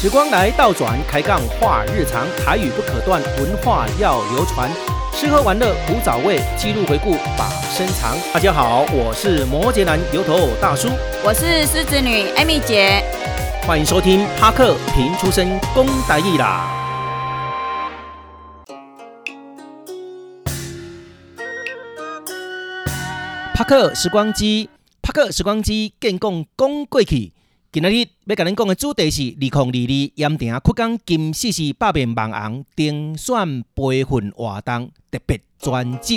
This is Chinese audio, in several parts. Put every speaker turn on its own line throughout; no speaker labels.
时光来倒转，开杠话日常，台语不可断，文化要流传。吃喝玩乐不早味，记录回顾把身藏。大家好，我是摩羯男油头大叔，
我是狮子女艾米姐。
欢迎收听帕克平出身公台义啦。帕克时光机，帕克时光机，建讲讲过去。今仔日要甲恁讲的主题是二零二二盐埕曲江金四四百面网红竞选培训活动特别专辑。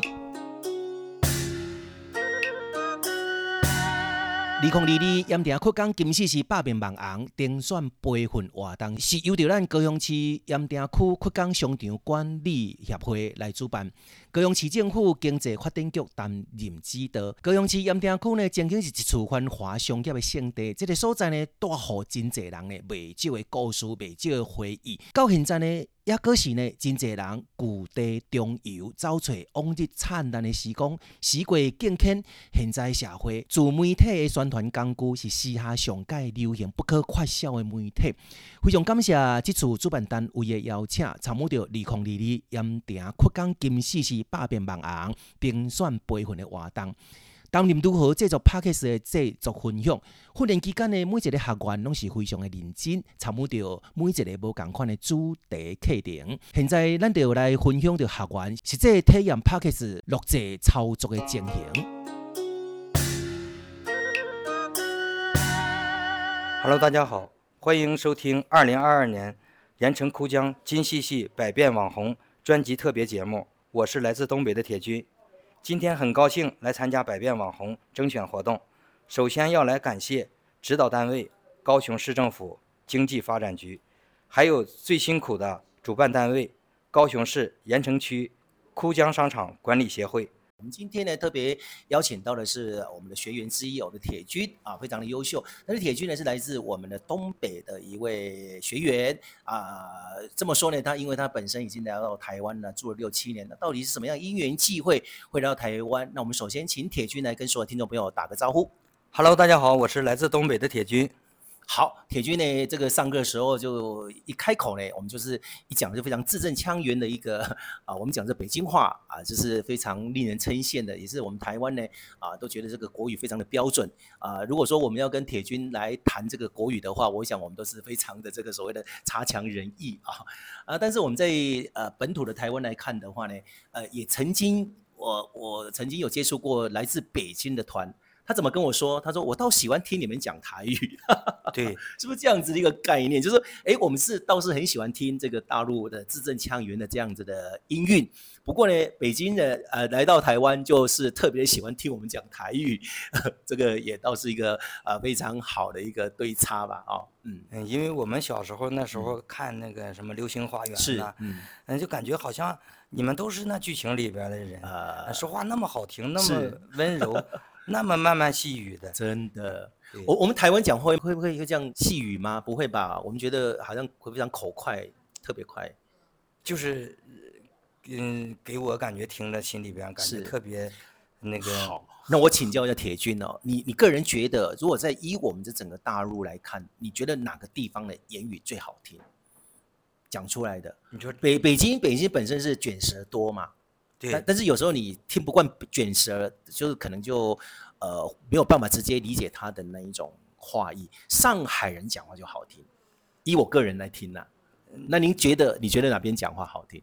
二零二二盐埕曲江金四四百面网红竞选培训活动是由着咱高雄市盐埕区曲江商场管理协会来主办。高雄市政府经济发展局担任指导。高雄市盐埕区呢，曾经是一处繁华商业的圣地，这个所在呢，带予真侪人呢，袂少的故事，袂少的回忆。到现在呢，抑阁是呢，真侪人故地重游，走找往日灿烂的时光。时过境迁，现在社会自媒体的宣传工具是时下上界流行不可缺少的媒体。非常感谢这次主办单位的邀请，参与到二零二二盐埕曲江金四四百变网红评选培训的活动。担任如何制作 p a c k a g e 的制作分享，训练期间呢，每一个学员拢是非常的认真，参与到每一个无共款的主题课程。现在咱就来分享到学员实际体验 p a c k a g e 录制操作的情形。
Hello，大家好，欢迎收听二零二二年盐城哭江金细细百变网红专辑特别节目，我是来自东北的铁军，今天很高兴来参加百变网红征选活动。首先要来感谢指导单位高雄市政府经济发展局，还有最辛苦的主办单位高雄市盐城区哭江商场管理协会。
我们今天呢，特别邀请到的是我们的学员之一，我们的铁军啊，非常的优秀。但是铁军呢，是来自我们的东北的一位学员啊。这么说呢，他因为他本身已经来到台湾了，住了六七年了。到底是什么样因缘际会会来到台湾？那我们首先请铁军来跟所有听众朋友打个招呼。
Hello，大家好，我是来自东北的铁军。
好，铁军呢，这个上课的时候就一开口呢，我们就是一讲就非常字正腔圆的一个 啊，我们讲这北京话啊，就是非常令人称羡的，也是我们台湾呢啊都觉得这个国语非常的标准啊。如果说我们要跟铁军来谈这个国语的话，我想我们都是非常的这个所谓的差强人意啊啊。但是我们在呃本土的台湾来看的话呢，呃也曾经我我曾经有接触过来自北京的团。他怎么跟我说？他说我倒喜欢听你们讲台语，
对，
是不是这样子的一个概念？就是说，哎，我们是倒是很喜欢听这个大陆的字正腔圆的这样子的音韵。不过呢，北京人呃来到台湾就是特别喜欢听我们讲台语， 这个也倒是一个呃非常好的一个对差吧？哦，嗯，
嗯，因为我们小时候那时候看那个什么《流星花园》
是
呐，，
嗯，
嗯，就感觉好像你们都是那剧情里边儿的人，
呃
呃，说话那么好听，那么
是
温柔，那么慢慢细语 的。
真的。
对
我我们台湾讲话会不会会这样细语吗？不会吧？我们觉得好像会非常口快，特别快。
就是，嗯，给我感觉听着心里边感觉
是
特别那个
好，那我请教一下铁军哦，你你个人觉得，如果在依我们这整个大陆来看，你觉得哪个地方的言语最好听？讲出来的
你说
北北京，北京本身是卷舌多嘛，但
对
但是有时候你听不惯卷舌，就是可能就呃没有办法直接理解他的那一种话意。上海人讲话就好听，依我个人来听呐、那您觉得你觉得哪边讲话好听？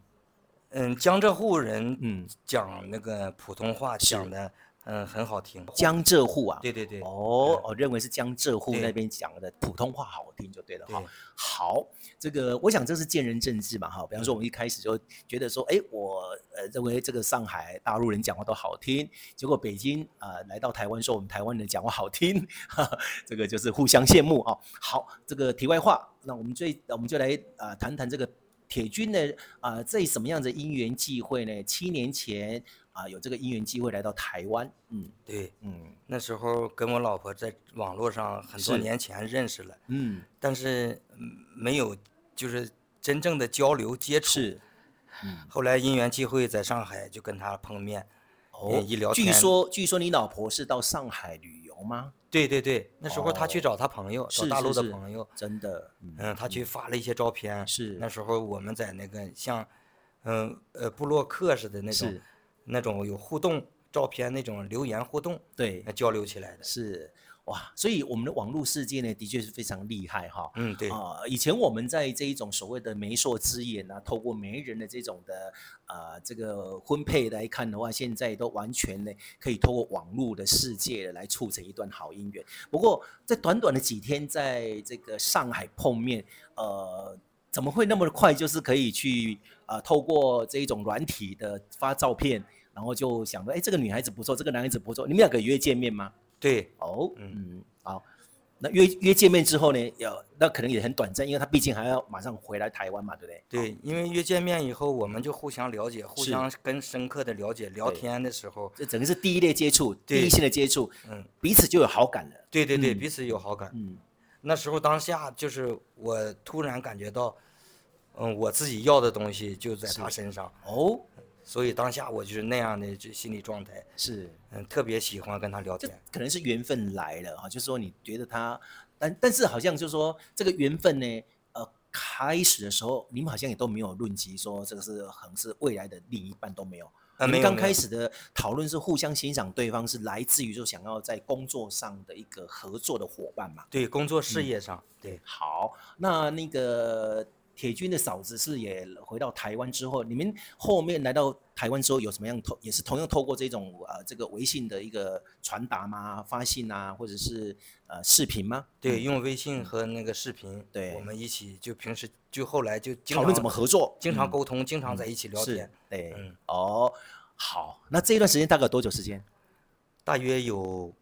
嗯，江浙沪人
嗯，
讲那个普通话
是
讲的嗯很好听。
江浙沪啊，
对对对，
哦，我认为是江浙沪
对
那边讲的普通话好听就对了哈
对。
好，这个我想这是见仁见智嘛哈。比方
嗯
说我们一开始就觉得说，哎，我呃认为这个上海大陆人讲话都好听，结果北京啊、呃来到台湾说我们台湾人讲话好听，哈哈，这个就是互相羡慕啊。好，这个题外话，那我们最我们就来啊、呃谈谈这个铁军呢啊、呃在什么样的因缘际会呢？七年前啊、有这个因缘际会来到台湾，嗯
对，
嗯
那时候跟我老婆在网络上很多
是
年前认识了，
嗯，
但是嗯没有就是真正的交流接触。
是。嗯
后来因缘际会在上海就跟他碰面，呃一聊
哦据
天
说据说你老婆是到上海旅游吗？
对对对，那时候他去
哦
找他朋友，找
是
大
是
陆的
是
朋友，
真的，
嗯，他去发了一些照片。
是
那时候我们在那个像，嗯呃布洛克似的那种
是，
那种有互动照片那种留言互动，
对
呃，交流起来的。
是哇，所以我们的网络世界呢，的确是非常厉害哈。
嗯，对，
啊、以前我们在这一种所谓的媒妁之言啊，透过媒人的这种的呃这个婚配来看的话，现在都完全呢可以透过网络的世界来促成一段好姻缘。不过在短短的几天，在这个上海碰面，呃，怎么会那么快就是可以去呃透过这一种软体的发照片，然后就想说，哎，这个女孩子不错，这个男孩子不错，你们两个有约见面吗？
对，
哦，
嗯
嗯，好。那约约见面之后呢，要那可能也很短暂，因为他毕竟还要马上回来台湾嘛，对不对？
对，因为约见面以后，我们就互相了解，互
哦是
相更深刻的了解。聊
对
天的时候，
这等于是第一类接触，
对
第一线的接触，
嗯，
彼此就有好感了。
对对对，
嗯
彼此有好感。
嗯，
那时候当下就是我突然感觉到，嗯，我自己要的东西就在他身上，
哦，
所以当下我就是那样的这心理状态，
是，
嗯，特别喜欢跟他聊
这
天。
可能是缘分来了啊，就是说你觉得他，但但是好像就是说这个缘分呢，呃，开始的时候你们好像也都没有论及说这个是可能是未来的另一半都没有。
呃，
你
没
们
有
刚
没
开
有
始的讨论是互相欣赏对方，是来自于就想要在工作上的一个合作的伙伴嘛？
对工作
嗯
事业上，对，
好，那那个铁军的嫂子是不是也回到台湾之后，你们后面来到台湾之后有什么样透，也是同样透过这种呃这个微信的一个传达吗？发信啊，或者是呃视频吗？嗯，
对，用微信和那个视频，
对
我们一起就平时就后来就经
讨论
常
怎么合作，
经常
嗯
沟通，经常在一起聊
是
天，
对，
嗯
哦，好，那这一段时间大概有多久时间？
大约有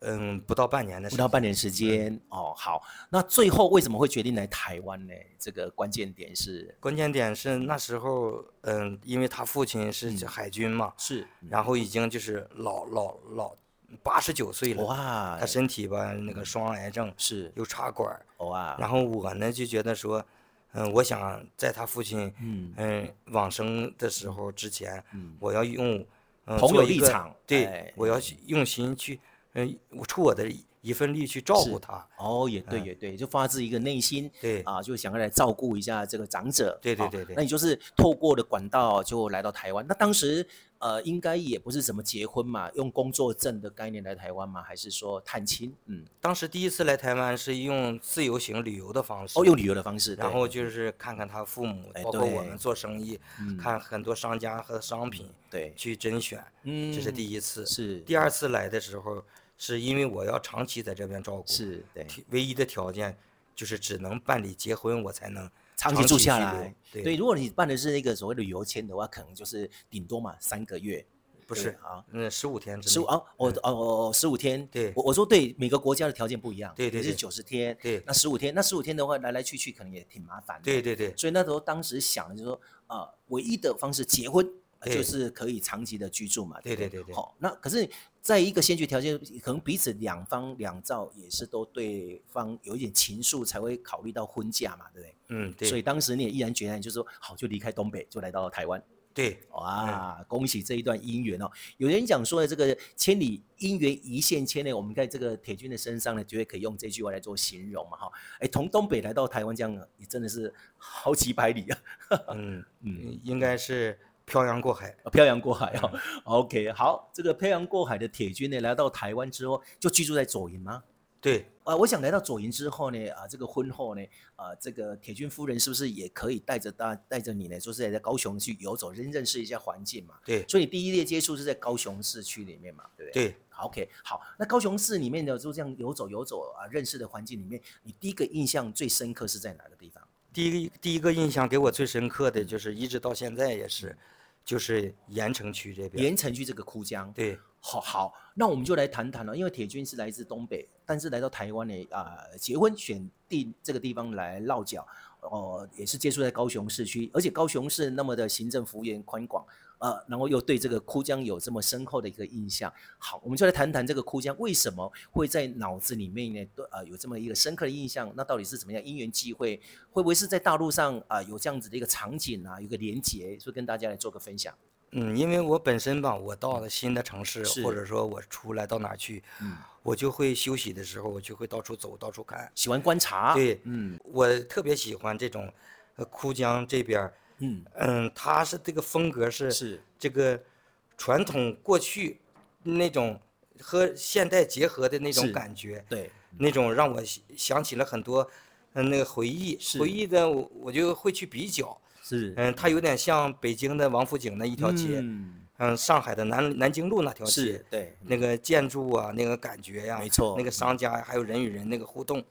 嗯不到半年的
不
时
到
间。
半年时间、
嗯
哦，好，那最后为什么会决定来台湾呢？这个关键点是
关键点是那时候，嗯，因为他父亲是
嗯
海军嘛，
是
然后已经就是老老老八十九岁了，
哇，
啊
哎嗯
他身体吧那个双癌症
是啊
又插管儿，
哇，
然后我呢就觉得说，嗯，我想在他父亲
嗯
嗯往生的时候之前，
嗯
我要用嗯
同
做
有
一
立
个
场
对
哎，
我要去用心去嗯，我出我的一一份力去照
是
顾他，
哦，也对，
嗯
也对，就发自一个内心，
对
啊，就想要来照顾一下这个长者。
对对
啊
对对
那你就是透过的管道就来到台湾。那当时呃，应该也不是怎么结婚嘛，用工作证的概念来台湾嘛，还是说探亲？嗯，
当时第一次来台湾是用自由行旅游的方式，
哦，用旅游的方式，
然
对嗯
后就是看看他父母，
哎
包括我
对
们做生意，
嗯
看很多商家和商品
对，
去甄选，
嗯
这是第一次。
是
第二次来的时候，是因为我要长期在这边照顾，
是对，
提唯一的条件就是只能办理结婚，我才能
长期住
居
下
留
来。
对，啊
如果你办的是那个所谓的旅游签的话，可能就是顶多嘛三个月，
不
对
是
啊，
嗯，十五天之内。
十五啊，我哦哦哦，十五天。
嗯对
我我说对，每个国家的条件不一样。
对对
你
对
是九十天。
对
那十五天，那十五天的话，来来去去可能也挺麻烦的。
对。对对
所以那时候当时想的就是说，啊，唯一的方式结婚。啊
对
就是可以长期的居住嘛，
对
对不
对对对
好，那可是，在一个先决条件，可能彼此两方两造也是都对方有一点情愫，才会考虑到婚嫁嘛，对不对？
嗯，
所
对
以当时你也毅然决然就说好，就离开东北，就来到了台湾。
对，
哇，恭喜这一段姻缘哦！有人讲说的这个千里姻缘一线牵呢，我们在这个铁军的身上呢，绝对可以用这句话来做形容嘛哈。哎，从东北来到台湾这样，也真的是好几百里啊，
嗯
嗯，
应该是漂洋过海。
漂洋过海哦。OK，好，这个漂洋过海的铁军呢，来到台湾之后就居住在左营吗？
对，
啊，我想来到左营之后呢，啊，这个婚后呢，啊，这个铁军夫人是不是也可以带着大带着你呢，就是在高雄去游走，认认识一下环境嘛？
对，
所以第一列接触是在高雄市区里面嘛，对不对？
对，
好 OK，好，那高雄市里面的就这样游走游走啊，认识的环境里面，你第一个印象最深刻是在哪个地方？
第一个第一个印象给我最深刻的就是，一直到现在也是，就是盐城区这边。
盐城区这个枯江。，
对，
好好，那我们就来谈谈了，因为铁军是来自东北，但是来到台湾呢，啊、结婚选定这个地方来落脚，哦、也是接触在高雄市区，而且高雄市那么的行政幅员宽广，呃，然后又对这个枯江有这么深厚的一个印象。好，我们就来谈谈这个枯江为什么会在脑子里面呢？都呃有这么一个深刻的印象，那到底是怎么样因缘际会？会不会是在大陆上啊、呃有这样子的一个场景啊，有个连结，所以跟大家来做个分享。
嗯，因为我本身吧，我到了新的城市，
是
或者说我出来到哪儿去，
嗯
我就会休息的时候，我就会到处走，到处看。
喜欢观察。
对
嗯
我特别喜欢这种，呃，枯江这边儿，
嗯，
嗯，它是这个风格是
是
这个传统过去那种和现代结合的那
是嗯
种感觉，
对，
那种让我想想起了很多，嗯，那个回忆，
是
回忆的我我就会去比较，
是
嗯，它有点像北京的王府井那一条街，
嗯
嗯，上海的南南京路那条
是
街，
对
那个建筑啊，那个感觉呀、
没错
那个商家呀还有人与人那个互动，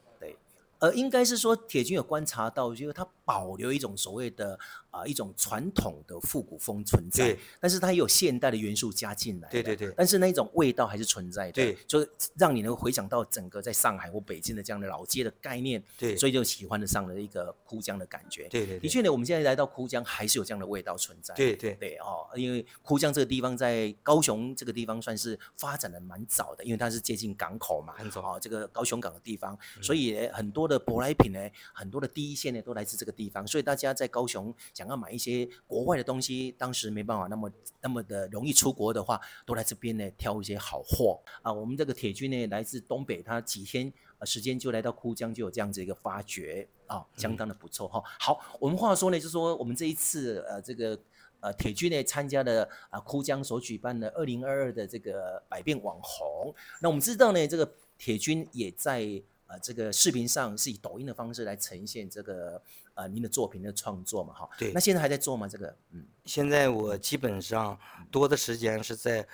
呃，应该是说铁军有观察到，就是它保留一种所谓的啊、一种传统的复古风存在
对，
但是它也有现代的元素加进来的，
对对对
但是那种味道还是存在的，
对，
就是让你能回想到整个在上海或北京的这样的老街的概念，
对
所以就喜欢得上了一个枯江的感觉，
对对
的
对，
确呢，我们现在来到枯江，还是有这样的味道存在，
对对
对哦，因为枯江这个地方在高雄这个地方算是发展的蛮早的，因为它是接近港口嘛，
很早
哦，这个高雄港的地方，所以呢很多的舶来品呢，很多的第一线呢都来自这个地方，所以大家在高雄想要买一些国外的东西，当时没办法那么那么的容易出国的话，都来这边呢挑一些好货啊。我们这个铁军呢来自东北，他几天呃时间就来到枯江，就有这样子一个发掘啊，相当的不错哈、好，我们话说呢，就是说我们这一次呃这个。呃，铁军呢参加了啊，枯江所举办的二零二二的这个百变网红。那我们知道呢，这个铁军也在呃这个视频上是以抖音的方式来呈现这个呃您的作品的创作嘛，哈。
对
那现在还在做吗？这个？嗯，
现在我基本上多的时间是在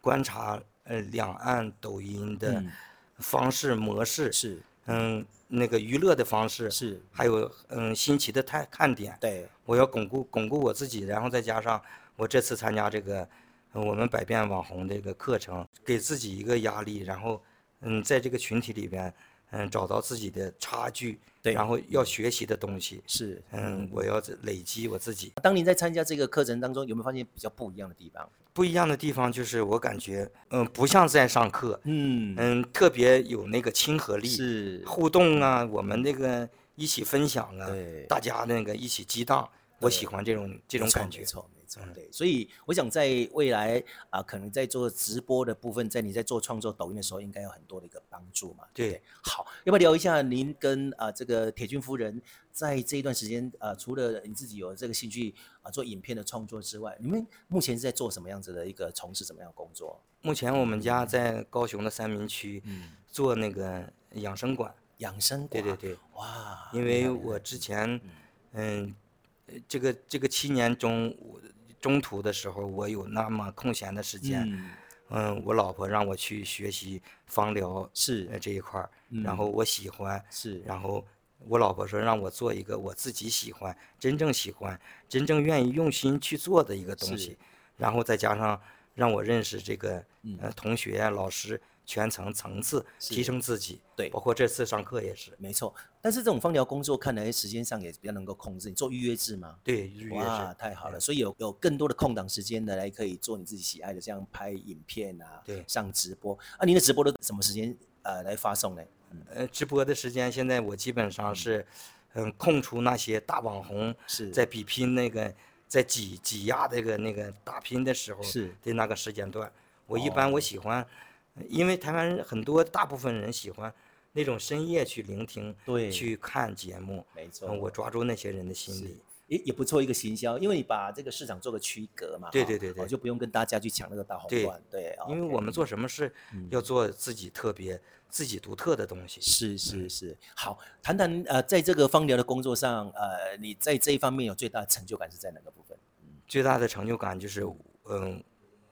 观察呃两岸抖音的
嗯
方式模式，
是
嗯，那个娱乐的方式，
是，
还有嗯新奇的看看点，
对，
我要巩固巩固我自己，然后再加上我这次参加这个呃我们百变网红这个课程，给自己一个压力，然后嗯，在这个群体里边，嗯，找到自己的差距，
对
然后要学习的东西，
是。
嗯，我要累积我自己。
当您在参加这个课程当中，有没有发现比较不一样的地方？
不一样的地方就是我感觉，嗯，不像在上课，
嗯，
嗯，特别有那个亲和力，
是，
互动啊，我们那个一起分享啊
对，
大家那个一起激荡，我喜
对
欢这种这种
没错
感觉嗯
没。错，没错，对。所以我想在未来啊、可能在做直播的部分，在你在做创作抖音的时候，应该有很多的一个帮助嘛，对不对？
对
好，要不要聊一下您跟啊、这个铁军夫人在这一段时间啊、除了你自己有这个兴趣啊、做影片的创作之外，你们目前是在做什么样子的一个从事什么样的工作？
目前我们家在高雄的三民区
嗯，
做那个养生馆，
养生
对
馆，
对对，
哇，
因为我之前，嗯，呃这个这个七年中，我中途的时候我有那么空闲的时间，
嗯
嗯，我老婆让我去学习芳疗呃
是
这一块儿，
嗯
然后我喜欢，
是
然后我老婆说让我做一个我自己喜欢、真正喜欢、真正愿意用心去做的一个东
是
西，然后再加上让我认识这个
嗯
呃同学啊、老师全层层次，
是
提升自己。
对
包括这次上课也是，
没错，但是这种放疗工作看来时间上也比较能够控制。你做预约制吗？
对，日月
哇，
是，
太好了！所以有有更多的空档时间呢，来可以做你自己喜爱的，像拍影片啊，
对
上直播啊。您的直播都什么时间呃来发送呢？
呃，直播的时间现在我基本上是，嗯，空出那些大网红
是
在比拼那个在挤挤压这个那个打拼的时候
是哦
的那个时间段。我一般我喜欢，因为台湾人很多大部分人喜欢那种深夜去聆听、
对
去看节目，
没错，
嗯，我抓住那些人的心理。
也也不错一个行销，因为你把这个市场做个区隔嘛，
对
哈
对对对
哦就不用跟大家去抢那个大红
对
段，对，哦
因为我们做什么事要做自己特别、自己独特的东西。
嗯是
嗯
是是，好，谈谈呃，在这个芳疗的工作上，呃，你在这一方面有最大的成就感是在哪个部分？
最大的成就感就是，嗯，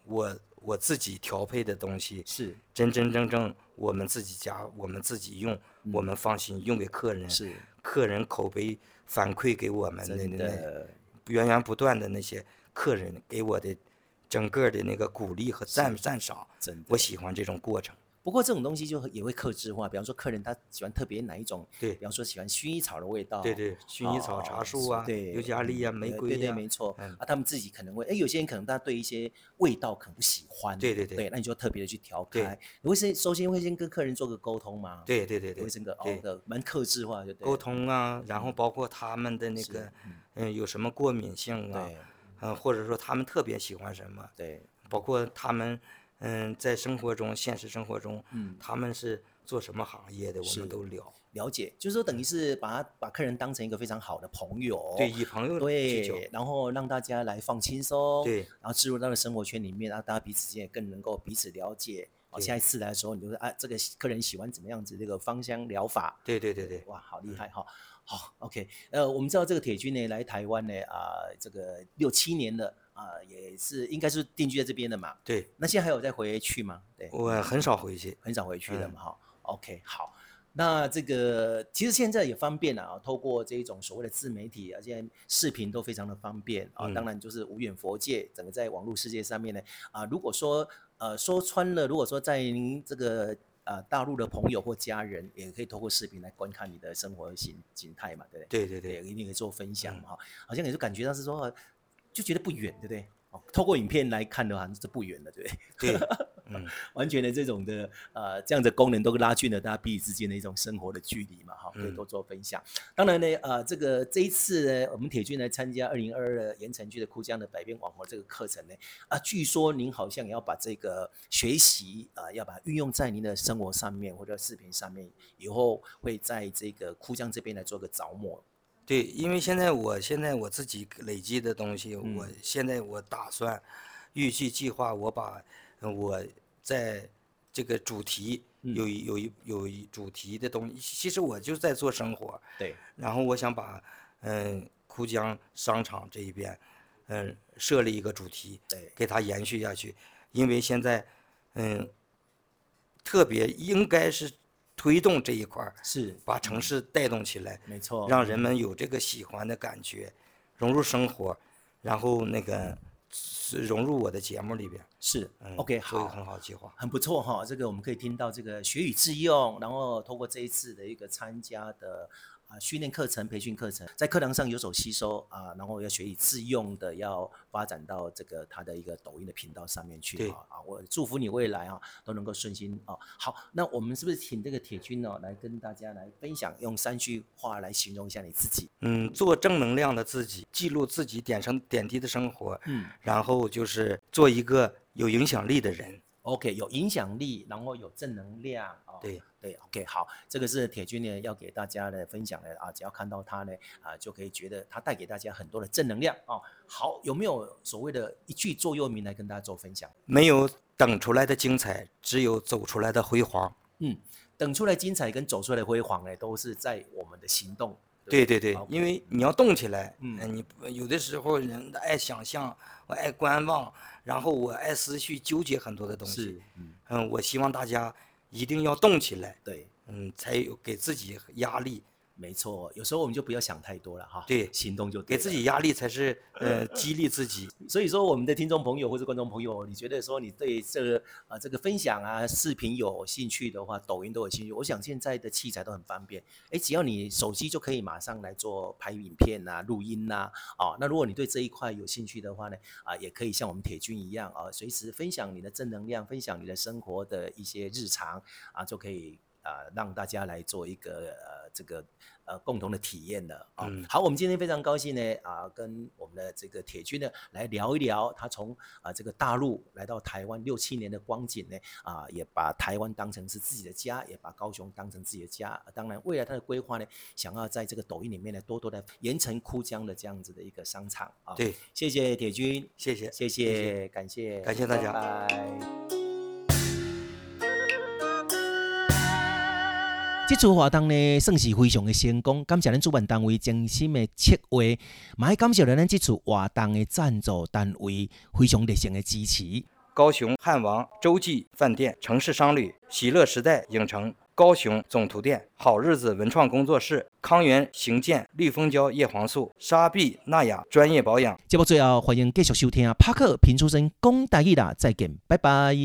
我我自己调配的东西，
是
真真正正我们自己家，我们自己用，我们放心用给客人，
嗯是，
客人口碑反馈给我们的
真
那那
的
源源不断的那些客人给我的整个的那个鼓励和赞赞赏，
真的
我喜欢这种过程。
不过这种东西就也会克制化，比方说客人他喜欢特别哪一种，
对
比方说喜欢薰衣草的味道，
对对，薰衣草、茶
哦
树啊，
对，
尤加利啊，
嗯
玫
呃
瑰
对对，
啊
没错、
嗯
啊，他们自己可能会，哎，有些人可能他对一些味道可能不喜欢，
对对对
那你就要特别的去调
对
开，你会先首先会先跟客人做个沟通吗？，
对对对
会
对
整个哦
对，
的蛮克制化，就对了嗯
沟，通啊，然后包括他们的那
是
个，嗯，有什么过敏性啊
对，，
呃，或者说他们特别喜欢什么，
对，
包括他们，嗯，在生活中、现实生活中，
嗯
他们是做什么行业的，我
是哦
们都聊。
了解，就是说等于是把他把客人当成一个非常好的朋友，
对，以朋友需求，
对，然后让大家来放轻松，
对
然后置入到了生活圈里面，啊，大家彼此之间也更能够彼此了解。哦，
对
下一次来的时候，你就是啊，这个客人喜欢怎么样子，这个芳香疗法，
对对对嗯对，
哇，好厉害哈、好，OK，呃，我们知道这个铁军呢来台湾呢啊、这个六七年了啊、也是应该是定居在这边的嘛。
对
那现在还有再回去吗？对，
我很少回去。
很少回去了
嗯
嘛哈、OK，好，那这个其实现在也方便了啊，透过这一种所谓的自媒体啊，现在视频都非常的方便啊。当
嗯
然就是无远佛界，整个在网络世界上面呢啊，如果说呃说穿了，如果说在您这个。呃，大陆的朋友或家人也可以透过视频来观看你的生活形形态嘛，对不对？
对对
对，
对
一定可以做分享
嗯
嘛哈、好像也就感觉到是说，就觉得不远，对不对？哦，透过影片来看的话，这不远了，对不对？
对， 嗯，
完全的这种的呃这样的功能都拉近了大家彼此之间的一种生活的距离嘛，哈，可以
嗯
多做分享。当然呢，呃，这个这一次呢，我们铁军来参加二零二二的盐城区的枯江的百变网红这个课程呢，啊，据说您好像也要把这个学习啊、呃要把它运用在您的生活上面或者视频上面，以后会在这个枯江这边来做个着墨。
对，因为现在我现在我自己累积的东西，我
嗯
现在我打算预计计划，我把呃我在这个主题
嗯
有一有一有一主题的东西，其实我就在做生活，
对，
然后我想把嗯枯江商场这一边嗯设立一个主题，
对，
给它延续下去，因为现在嗯特别应该是推动这一块儿，
是，
把城市带动起来。
没错，
让人们有这个喜欢的感觉，融入生活，然后那个是融入我的节目里边。
是
嗯
OK
做一个
好
很好的计划。
很不错哈、这个我们可以听到这个学以致用，然后通过这一次的一个参加的啊训练课程、培训课程，在课堂上有所吸收啊，然后要学以致用的，要发展到这个他的一个抖音的频道上面去
对
啊啊！我祝福你未来啊都能够顺心啊。好，那我们是不是请这个铁军呢、哦来跟大家来分享，用三句话来形容一下你自己？
嗯，做正能量的自己，记录自己点生点滴的生活，
嗯
然后就是做一个有影响力的人。
，OK，有影响力，然后有正能量啊。
对，
对，OK，好，这个是铁军呢要给大家的分享的啊，只要看到他呢啊，就可以觉得他带给大家很多的正能量啊。好，有没有所谓的一句座右铭来跟大家做分享？
没有等出来的精彩，只有走出来的辉煌。
等出来精彩跟走出来的辉煌呢，都是在我们的行动。
对
不
对对，
OK，
因为你要动起来，
嗯
呃你不有的时候人爱想象，我爱观望，然后我爱思绪纠结很多的东西
是。，嗯，
嗯，我希望大家一定要动起来，
对，
嗯，才有给自己压力，
没错，哦有时候我们就不要想太多了哈，
对
行动就对
给
了
自己压力才是呃激励自己。
所以说，我们的听众朋友或者观众朋友，你觉得说你对这个啊、呃这个分享啊视频有兴趣的话，抖音都有兴趣。我想现在的器材都很方便，诶，只要你手机就可以马上来做拍影片呐、录音呐、哦，那如果你对这一块有兴趣的话呢，啊，也可以像我们铁军一样啊，随时分享你的正能量，分享你的生活的一些日常啊，就可以。啊，让大家来做一个呃这个呃共同的体验了啊。
嗯
好，我们今天非常高兴呢啊，跟我们的这个铁军呢来聊一聊他从啊这个大陆来到台湾六七年的光景呢啊，也把台湾当成是自己的家，也把高雄当成自己的家。啊当然，未来他的规划呢，想要在这个抖音里面呢多多的盐城枯江的这样子的一个商场啊。
对，
谢谢铁军，
谢谢，
谢谢，感谢，
感谢大家
拜拜。这次活动呢，算是非常的成功，感谢咱主办单位精心的策划，嘛也感谢了咱这次活动的赞助单位非常热情的支持。
高雄汉王洲际饭店、城市商旅、喜乐时代影城、高雄总图店、好日子文创工作室、康源行健、绿蜂胶叶黄素、沙碧纳雅专业保养。
节目最后，欢迎继续收听帕克评出身讲大意啦，再见，拜拜。